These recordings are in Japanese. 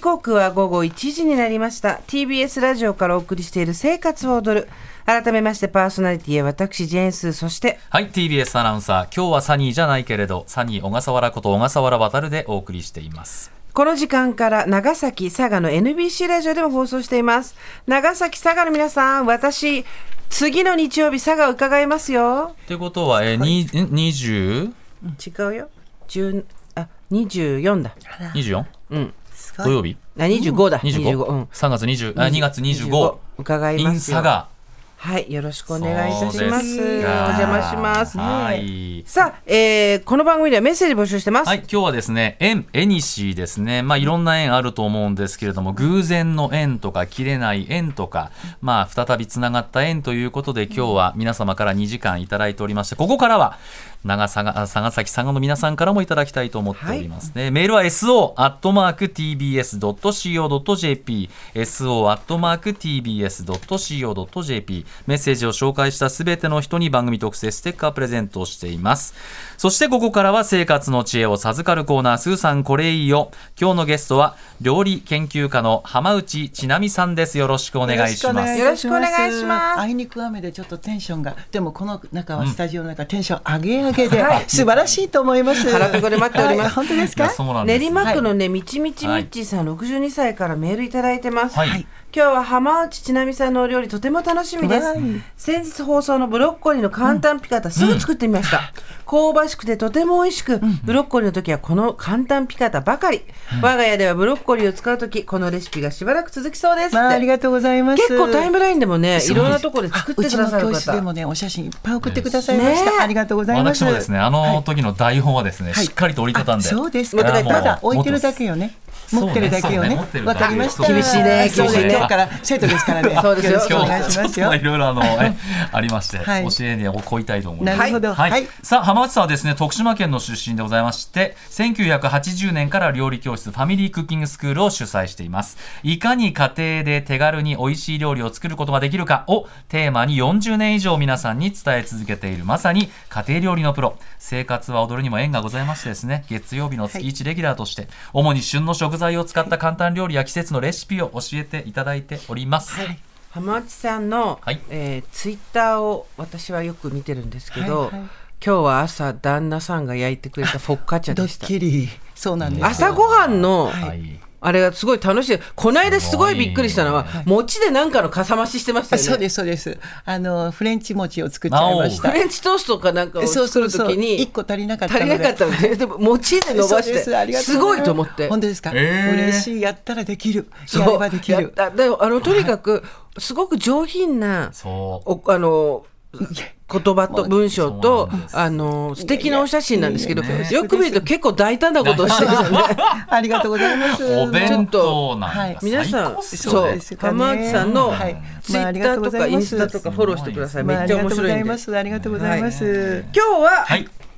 刻は午後1時になりました TBS ラジオからお送りしている「生活を踊る」改めましてパーソナリティは私ジェーンスーそしてはい TBS アナウンサー今日はサニーじゃないけれどサニー小笠原こと小笠原渉でお送りしていますこの時間から長崎佐賀の NBC ラジオでも放送しています長崎佐賀の皆さん私次の日曜日佐賀伺いますよってことはえ二二十違うよ10あ24だ二十四うんす土ご曜日い。あ25だ二十25う五ん三月二十あ二月二十五伺い in ますよ佐賀はいよろしくお願いいたしまそうすでおか邪魔しますはい。さあ、えーこの番組ではメッセージ募集してます。はい、今日はですね、縁、縁にしですね、まあいろんな縁あると思うんですけれども、偶然の縁とか切れない縁とか、まあ再びつながった縁ということで、今日は皆様から2時間いただいておりまして、ここからは長佐賀、佐賀崎佐賀の皆さんからもいただきたいと思っておりますね。メールは so tbs.co.jp、so tbs.co.jp、メッセージを紹介したすべての人に番組特製ステッカープレゼントをしています。そしてここからは生活の知恵を授かるコーナー、スーさんこれいいよ。今日のゲストは料理研究家の浜内千奈美さんです。よろしくお願いします。よろしくお願いしますあいにく雨でちょっとテンションが、でもこの中はスタジオの中、テンション上げ上げで、素晴らしいと思います。腹ペコで待っておりますはい本当ですいやか。そうなんです練馬区のね、みちみちみっちーさん、62歳からメールいただいてます。はい今日は浜内千奈美さんのお料理、とても楽しみですはい。先日放送のブロッコリーの簡単ピカタ、すぐ作ってみま した。香ばしくてとても美味しく、ブロッコリーの時はこの簡単ピカタばかり。我が家ではブロッコリーを使う時、このレシピがしばらく続きそうですまあ、あっりて。がとうございます。結構タイムラインでもね、いろんなところで作ってうくちだのさる教室で方。もね、お写真いっぱい送ってくださいましねた。ありがとうございます。私もですね、あの時の台本はですね、はいしっかりと折りたたんで。あそうですあか。のまだ置いてるだけよね。もう持ってるだけよそうねね持って。るだわけかりました。厳しいねそう厳しいね今日から生徒ですからね。そうですよよろしくお今願いし日まちすょっよとい。ろいろあのえ ありまして、はい教えにこいたいと思います。なるほど。はいはい。さあ浜内さんはですね徳島県の出身でございまして1980年から料理教室ファミリークッキングスクールを主催していますいかに家庭で手軽に美味しい料理を作ることができるかをテーマに40年以上皆さんに伝え続けているまさに家庭料理のプロ生活は踊るにも縁がございましてですね月曜日の月1レギュラーとして、主に旬の食材を使った簡単料理や季節のレシピを教えていただいております、はい浜内さんの、はいえーツイッターを私はよく見てるんですけど、はいはい今日は朝旦那さんが焼いてくれたフォッカチャドでしたッキリ。そうなんです。朝ごはんの、はいあれがすごい楽しいこの間すごいびっくりしたのはす餅でなんかのかさ増ししてましたあよねそうですそうです。あのフレンチ餅を作っちゃいましフた。レンチトーストかなんかをそう作そるうとそう。きに一個足りなかった足りなかったのででも餅で伸ばしてそうですありがとうすごいと思って本当ですか。えー嬉しいやったらできる。そうやればできやっる。たでもあのとにかく、すごく上品なそうおあの言葉と文章とそうなんですあの素敵なお写真なんですけどいやいやよく見ると結構大胆なことをしてるんでありがとうございます。お弁当なはんいだ。皆最さん高っすよそうねですよね浜内さんのはいツイッターとかインスタとかフォローしてくださいまめまあっちゃ面白いんで今日ありがとうございます。ありがとうございます。ははい。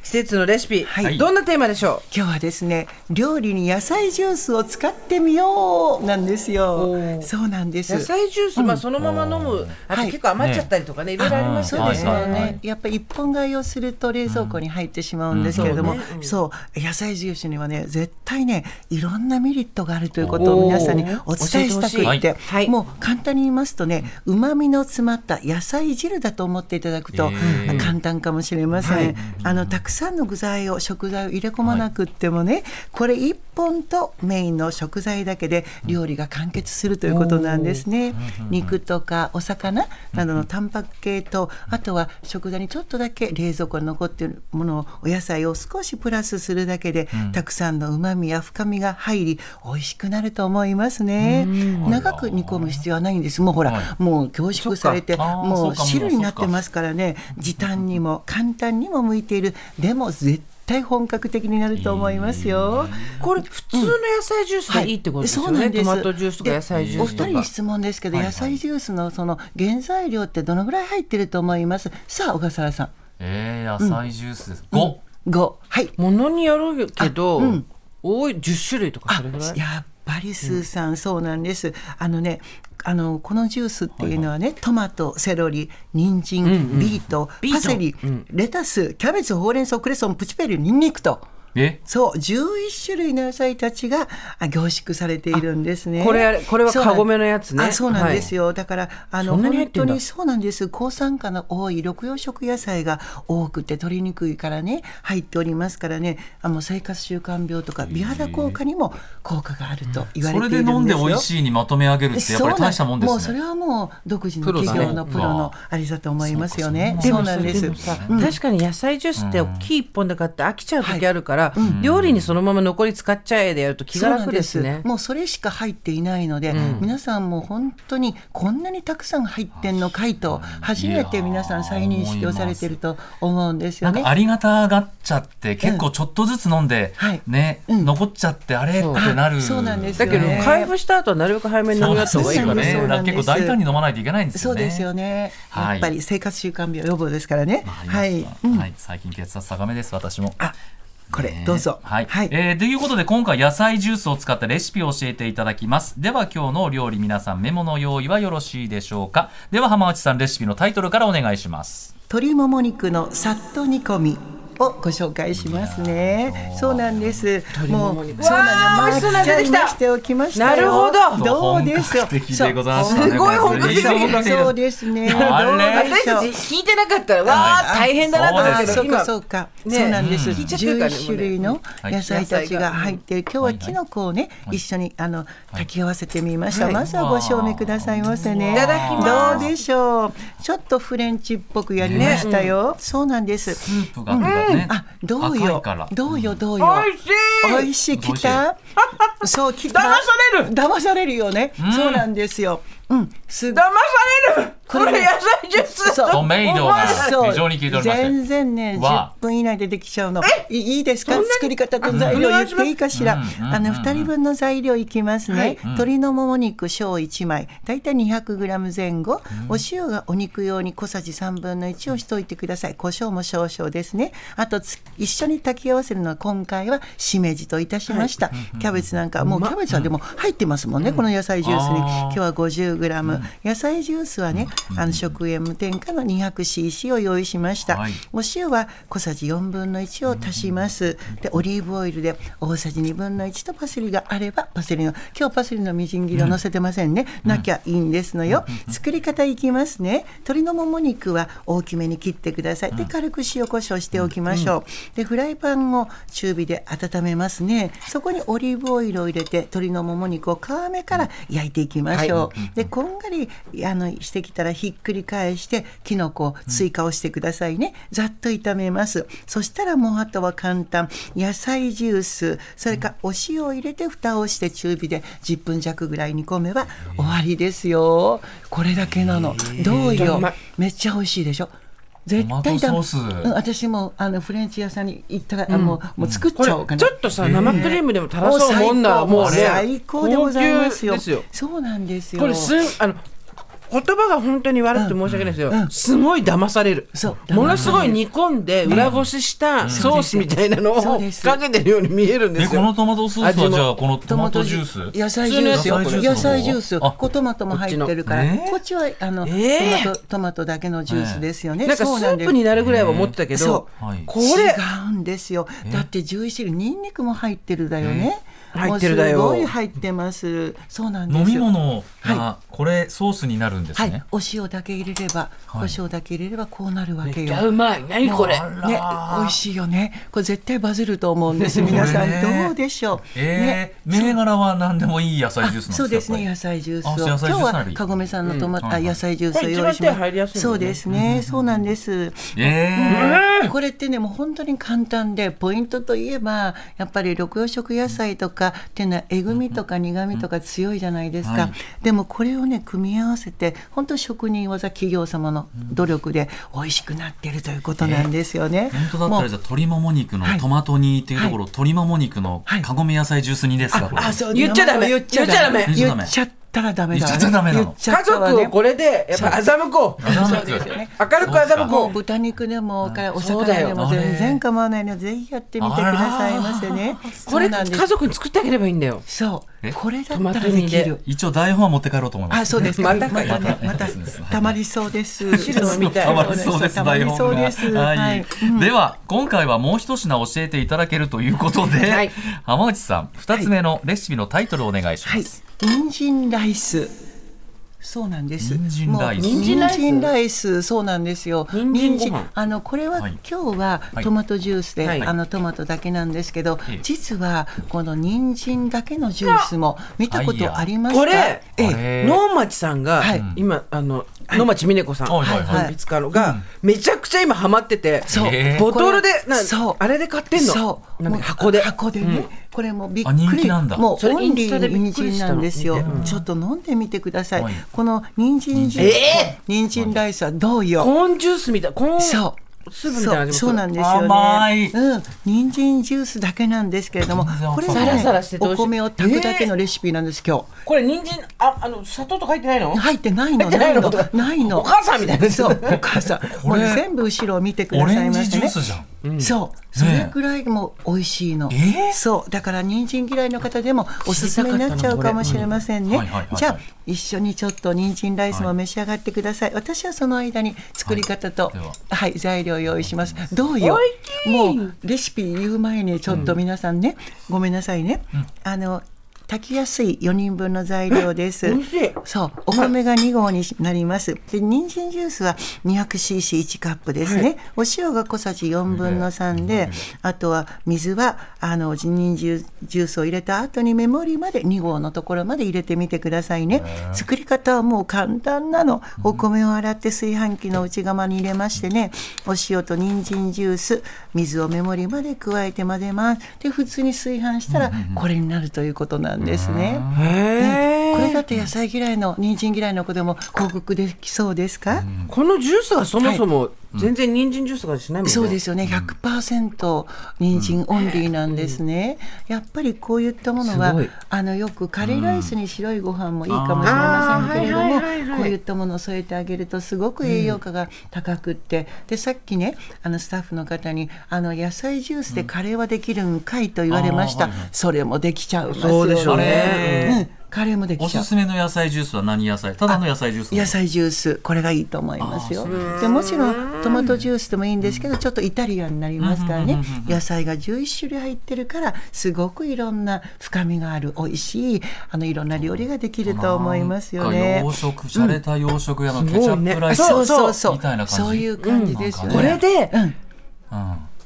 季節のレシピはいどんなテーマでしょ今日はですね料理に野菜ジュースを使ってみようなんですおよーそうなんですう野菜ジュースまあそのまま飲むあとはい結構余っちゃったりとかねいろいろありますそうよですよはね、いはいはいやっぱり一本買いをすると冷蔵庫に入ってしまうんですけれども、うんうんそう,、野菜ジュースにはね絶対ねいろんなメリットがあるということをおー皆さんにお伝えしたく教えっててほしいはいもう簡単に言いますとねうまみの詰まった野菜汁だと思っていただくと、えー簡単かもしれません、はいあのたくさんの具材を食材を入れ込まなくってもね、これ一本とメインの食材だけで料理が完結するということなんですね肉とかお魚などのタンパク系とあとは食材にちょっとだけ冷蔵庫に残っているものをお野菜を少しプラスするだけで、たくさんのうまみや深みが入り美味しくなると思いますね長く煮込む必要はないんですもうほら、はいもう凝縮されてそっかあーもそううかも汁になってますからね時短にも簡単にも向いているでも絶対本格的になると思いますよ。これ普通の野菜ジュースでいいってことですよそうなねんでトすマトジュースとか野菜ジューおス二と人かに質問ですけど、はいはい野菜ジュースのその原材料ってどのぐらい入ってると思いますさあ小笠原さんえー、野菜ジュースです。五、 5はいものによるけどあうん多い10種類とかそれぐらいやっぱりスーさん、そうなんですあのねあのこのジュースっていうのはね、トマトセロリ人参、ビートビートパセリ、レタスキャベツほうれん草クレソンプチペリニンニクとえそう11種類の野菜たちがあ凝縮されているんですねこれあれこれはカゴメのやつねあそうなんですよ、だからあのそんなに入本って当んだにそうなんです抗酸化の多い緑養食野菜が多くて取りにくいからね入っておりますからねあの生活習慣病とか美肌効果にも効果があると言わそれてれいでるんですよ飲んで美味しいにまとめ上げるってやっぱり大したもんでそうなんもうすそねれはもう独自のプロだね企業のプロのありだと思いますよね。そうそかうなんででもす。さ確かに野菜ジュースって大きい一本で買って飽きちゃう時あるから、料理にそのまま残り使っちゃえでやると気そがうなん楽でですすね。もうそれしか入っていないので、皆さんも本当にこんなにたくさん入ってんのかいと初めて皆さん再認識をされてると思うんですなよんねかあ。りがたがっちゃって結構ちょっとずつ飲んで、はいね、うん残っちゃってあれってなるそうなんですだよけどね開封した後はなるべく早めに飲み終わったそ方うがいでいすからよねね。そうだかならんで結す構大胆に飲まないといけないんですそようねですよね。はいやっぱり生活習慣病予防ですからね。わかりまはしいた。うんはい、最近血圧高めです私もあ、これねどうぞ。はい、えーということで今回野菜ジュースを使ったレシピを教えていただきますでは今日のお料理皆さんメモの用意はよろしいでしょうかでは浜内さんレシピのタイトルからお願いします鶏もも肉のさっと煮込みをご紹介しますね。そうなんです。もうそうなわー美味しそうなの出てきた抹茶にしておきましたよ。なるほどどうでし本ょ格的でございますすごい本格的そう本格的そうですね。あれどうで私しょたうち聞いてなかったらわあ大変だなと思っああたけそどう今かそうか、ねそうなんです、聞いちゃってるからね11種類のはい野菜たちが入ってる、今日はキノコをね、はい一緒にあの炊き合わせてみました、はいまずはご賞味くださいませねいただきますどうでしょうちょっとフレンチっぽくやりましたよ、そうなんですスープがね、あどう赤よいからどうよどうよ美味しいおいしい来たそう来た騙される騙されるよね、そうなんですようんす騙されるこれ野菜ジュースそうトメイドがそう非常に効いておりまして全然ねわあ10分以内でできちゃうのいいいですか作り方と材料お願い言っしますていいかしら、うんうんあの2人分の材料いきますね、はい鶏のもも肉小一枚だいたい 200g 前後、お塩がお肉用に小さじ3分の1をしておいてください胡椒も少々ですねあとつ一緒に炊き合わせるのは今回はしめじといたしました、キャベツなんかもうキャベツはでも入ってますもんね、この野菜ジュースにあー今日は 50g、野菜ジュースはね、あの食塩無添加の 200cc を用意しました、はいお塩は小さじ4分の1を足します、でオリーブオイルで大さじ2分の1とパセリがあればパセリの今日パセリのみじん切りを乗せてませんね、なきゃいいんですのよ、作り方いきますね鶏のもも肉は大きめに切ってくださいで軽く塩コショウしておきましょう、でフライパンを中火で温めますねそこにオリーブオイルを入れて鶏のもも肉を皮目から焼いていきましょう、でこんがりあのしてきたらひっくり返してきのこを追加をしてくださいね、ざっと炒めますそしたらもうあとは簡単野菜ジュースそれからお塩を入れて蓋をして中火で10分弱ぐらい煮込めば終わりですよこれだけなの、どうようまいめっちゃ美味しいでしょ絶対トだマトソースうん、私もあのフレンチ屋さんに行ったら、もうもう作っこれちゃおうかなちょっとさ生クリームでも垂らそうもんならももううね最高でございますよ高級ですよそうなんですよこれすんあの言葉が本当に悪くて申し訳ないですけど、うんうんすごい騙されるそうものすごい煮込んで裏ごししたソースみたいなのそをうですかけてるように見えるんでえすこよのトマトソース味はもじゃあこのトマトジュース野菜ジュースよ普通の野野菜菜ジジュューーススこの方うトマトも入ってるからこっちのねこっちはあの、えートマトトマトだけのジュースですよね、なんかスそうなんーでプすになるぐらいは思ってたけそうど、はいこれ違うんですよだって11種類にんにくも入ってるだよねえ入ってるだよもうすごい入ってますそうなんです飲み物がはこれソースになるんですはね、いお塩だけ入れれば、はい胡椒だけ入れればこうなるわけいよやうまい何これあらね、美味しいよね。これ絶対バズると思うんです。皆さこんれ ねどうでしょう。えー銘柄は何でもいい野菜ジュースなんですかそうですねやっ野菜ジュースあをそう野今菜ジュース日なはりかごめさんのトマト、うんあはいはい野菜ジュースをこれ一用番意しま手入りやすいよねそうですねそうなんですぱりえこれってねもう本当に簡単でポイントといえばやっぱり緑黄色野菜とかっていうのはえぐみとか苦みとか強いじゃないですはかいでもこれをね組み合わせて本当職人技企業様の努力で美味しくなってるということなんですよねー本当だったらじゃあ鶏もも肉のはいトマト煮っていうところ、はい鶏もも肉のはいかごめ野菜ジュース煮ですか、これあそう言っちゃダメ言っちゃ言っちゃダメ言っちゃっったらダメだ、言っちゃダメなの言っちゃ家ったら族ねをこれでやっぱ欺こうそうですよね明るく欺もうこう豚肉でもからおそうだ魚よでも全然構わないのでぜひやってみてくださいませね。これそう家なんです。族に作ってあげればいいんだよそうえこれだトったマらトで煮きでる。一応台本は持って帰ろうと思います。あそうですまか。またたかねよまたそうですたまりそうです。汁飲みたいたまりそうです、たま台り本そうが。です。ははいい。。では、今回はもう一品教えていただけるということで、はい浜内さん、二つ目のレシピのタイトルをお願いします。はい、人参ライス。そうなんです。人参ライスもう人参ライス人参ライス、そうなんですよ。人参ご飯あの、これは、はい今日ははいトマトジュースで、はいあの、トマトだけなんですけど。ええ実は、この人参だけのジュースも、見たこはいやとありますか。これえあえ、れ能町さんがはい今あの能町みね子さんはいはいはい本日家のがめちゃくちゃ今ハマっててそうええボトルでこれなそうあれで買ってんのそうなんもかう箱で箱でね、これもびっくあり人気なんだもうそれオンリインスタでーび人っくり参したなのんですよ、見てちょっと飲んでみてください、はいこの人参ジュース、え人参ライスはどうよ、コーンジュースみたいコーンそう。スープみたいな味もすそるうそうなんですよね。甘いうん、人参ジュースだけなんですけれども全然、これサがラサラしてね、て美お味しい米を炊くだけのレシピなんです今日。これ人参ああの砂糖とか入ってないの入ってないの、入ってなないいのの、ないの。お母さんみたいなそう、お母さん。ここれれ全部後ろを見てくオださレいンまジしジュてーね。スじゃん。そう、それくらいもう美味しいの。えーそう、だから人参嫌いの方でもおすすめになっちゃうかもしれません知りねたかったなこれうんはいはいはいは。いじゃあ一緒にちょっと人参ライスも召し上がってください。私はその間に作り方とはいでははい材料用意します。どうよ。もうレシピ言う前にちょっと皆さんね、ごめんなさいね。あの炊きやすい4人分の材料です。美味しいそう、お米が2合になります。で、人参ジュースは 200cc1 カップですね。お塩が小さじ4分の3で、あとは水は、あの、人参ジュジュースを入れた後にメモリーまで2合のところまで入れてみてくださいね。作り方はもう簡単なの。お米を洗って炊飯器の内釜に入れましてね、お塩と人参ジュース、水をメモリーまで加えて混ぜます。で、普通に炊飯したら、これになるということなんですね。へこれだえって野菜嫌いの人参嫌いの子でも報告できそうですか、このジュースがそもそも全然人参ジュースとかしないもんねそうですよね100%人参オンリーなんですね、やっぱりこういったものはすごいあのよくカレーライスに白いご飯もいいかもしれませんけれどあーもはいはいはいはいこういったものを添えてあげるとすごく栄養価が高くって、でさっきねあのスタッフの方にあの野菜ジュースでカレーはできるんかいと言われました、あーはいはいそれもできちゃいますよねそうでしょうねうん、カレーもできおちゃうすすめの野菜ジュースは何野菜ただの野菜ジュース野菜ジュースこれがいいと思いますよでもちろんトマトジュースでもいいんですけどちょっとイタリアンになりますからうんねうんうんうん野菜が11種類入ってるからすごくいろんな深みがある美味しいあのいろんな料理ができると思いますよなんねか洋食、洒落た洋食屋のケチャップライス、すごいそうねそうそうみたいな感じそういう感じですよねこれでうんうん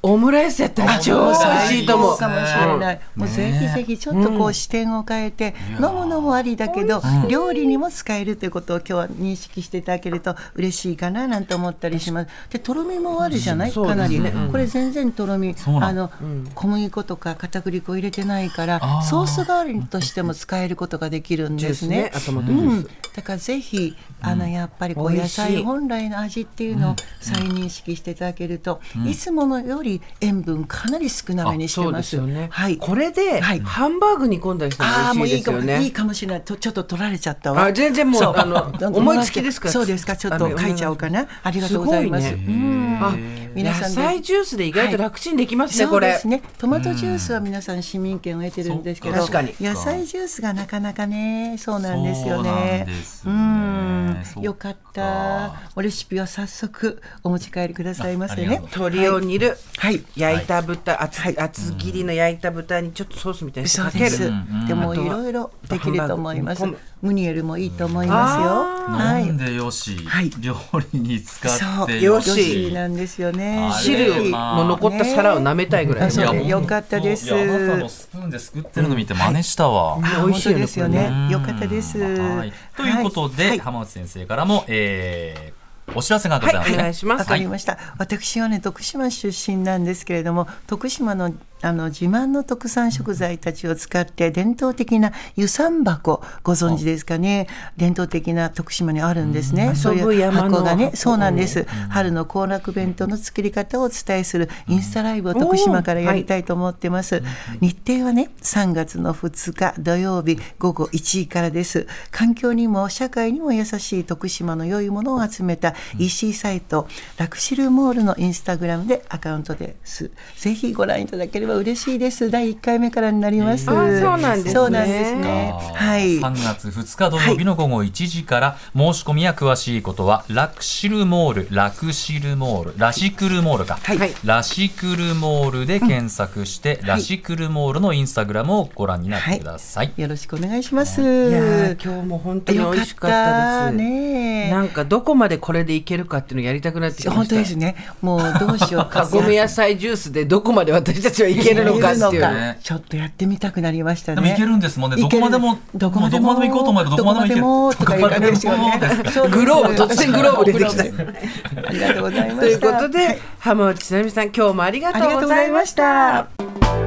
オムライスやったら超美味しいと思そううかもしれない。もうぜひねぜひちょっとこう視点を変えて、飲むのもありだけど、料理にも使えるということを今日は認識していただけると嬉しいかななんて思ったりします。で、とろみもあるじゃない、そうでかすなりねね。これ全然とろみ、そうなあのの、小麦粉とか片栗粉入れてないかあら、ーソース代わりとしても使えることができるんジュでーすスねね。頭とジュうーんス、だからぜひ、あのやっぱりこう美野味しい菜本来の味っていうのを再認識していただけると、いつものより塩分かなり少なめにしてそうま。ですすよねはい。これではいハンバーグ煮込んだりしてもああも美うい味しいいですかもよねいいかもしれないとちょっと取られちゃったわ。あ全然もうそうあの思いつきですからそうですか。ちょっと書いちゃおうかな。ありがとうございます。すごいうんあ皆さ野ん菜ジュースで意外と楽ちんできますね、そうこれですね。トマトジュースは皆さん市民権を得てるんですけど、そうか確か野菜ジュースがなかなかね、そうなんですよそうなねんです。うねんそっ、かよかった。おレシピは早速お持ち帰りくださいませあありがねとう。鶏を煮る、はい。焼いた豚、厚厚切りの焼いた豚にちょっとソースみたいにそうかでけする。でもあいとはろいろできると思いまハすンバーグ。ムニエルもいいと思いますよ。は飲んい。でよし、はい料理に使っそう、てよよしし。なんですよね。あれ汁の残った皿を舐めたいぐらいねそういやね本当よかったですいやあなたのスプーンですくってるの見て真似したわ。いあ美味しいよね本当ですよこね。うんよかったです。はいということで、はい浜内先生からも、えー、お知らせがございますおね。願いしまわすか。りました。私はね、徳島出身なんですけれども、徳島のあの自慢の特産食材たちを使って伝統的な湯三箱ご存知ですかね伝統的な徳島にあるんですね、そう遊ぶいう山の箱がね箱そうなんです、春の行楽弁当の作り方をお伝えするインスタライブを徳島からやりたいと思ってます、日程はね3月の2日土曜日午後1時からです環境にも社会にも優しい徳島の良いものを集めた EC サイト、ラクシルモールのインスタグラムでアカウントですぜひご覧いただければ嬉しいです第1回目からになります、あーそうなんですねそうなんですそねかはい3月2日土曜日の午後1時から、申し込みや詳しいことはラクシルモールラクシルモールラシクルモールか、はいはいラシクルモールで検索して、ラシクルモールのインスタグラムをご覧になってください、よろしくお願いしますいやー今日も本当に美味しかったです。ねなんかどこまでこれでいけるかっていうのやりたくなってきました。本当ですね。もうどうしよう か。カゴメ野菜ジュースでどこまで私たちはいけるのかっていけいるうのね。かちょっとやってみたくなりましたね。でもいけるんですもんねいけるどこまでもどこまでももうどこまでも行こうと思えばどこまでも行けるどこまでもとかいう感じですよねどこまでもです。そうですグローブ突然グローブ出てきた。ありがとうございまといしうこた。とで、浜内ちなみさん今日もありがありとうがとごうござざいいままししたた。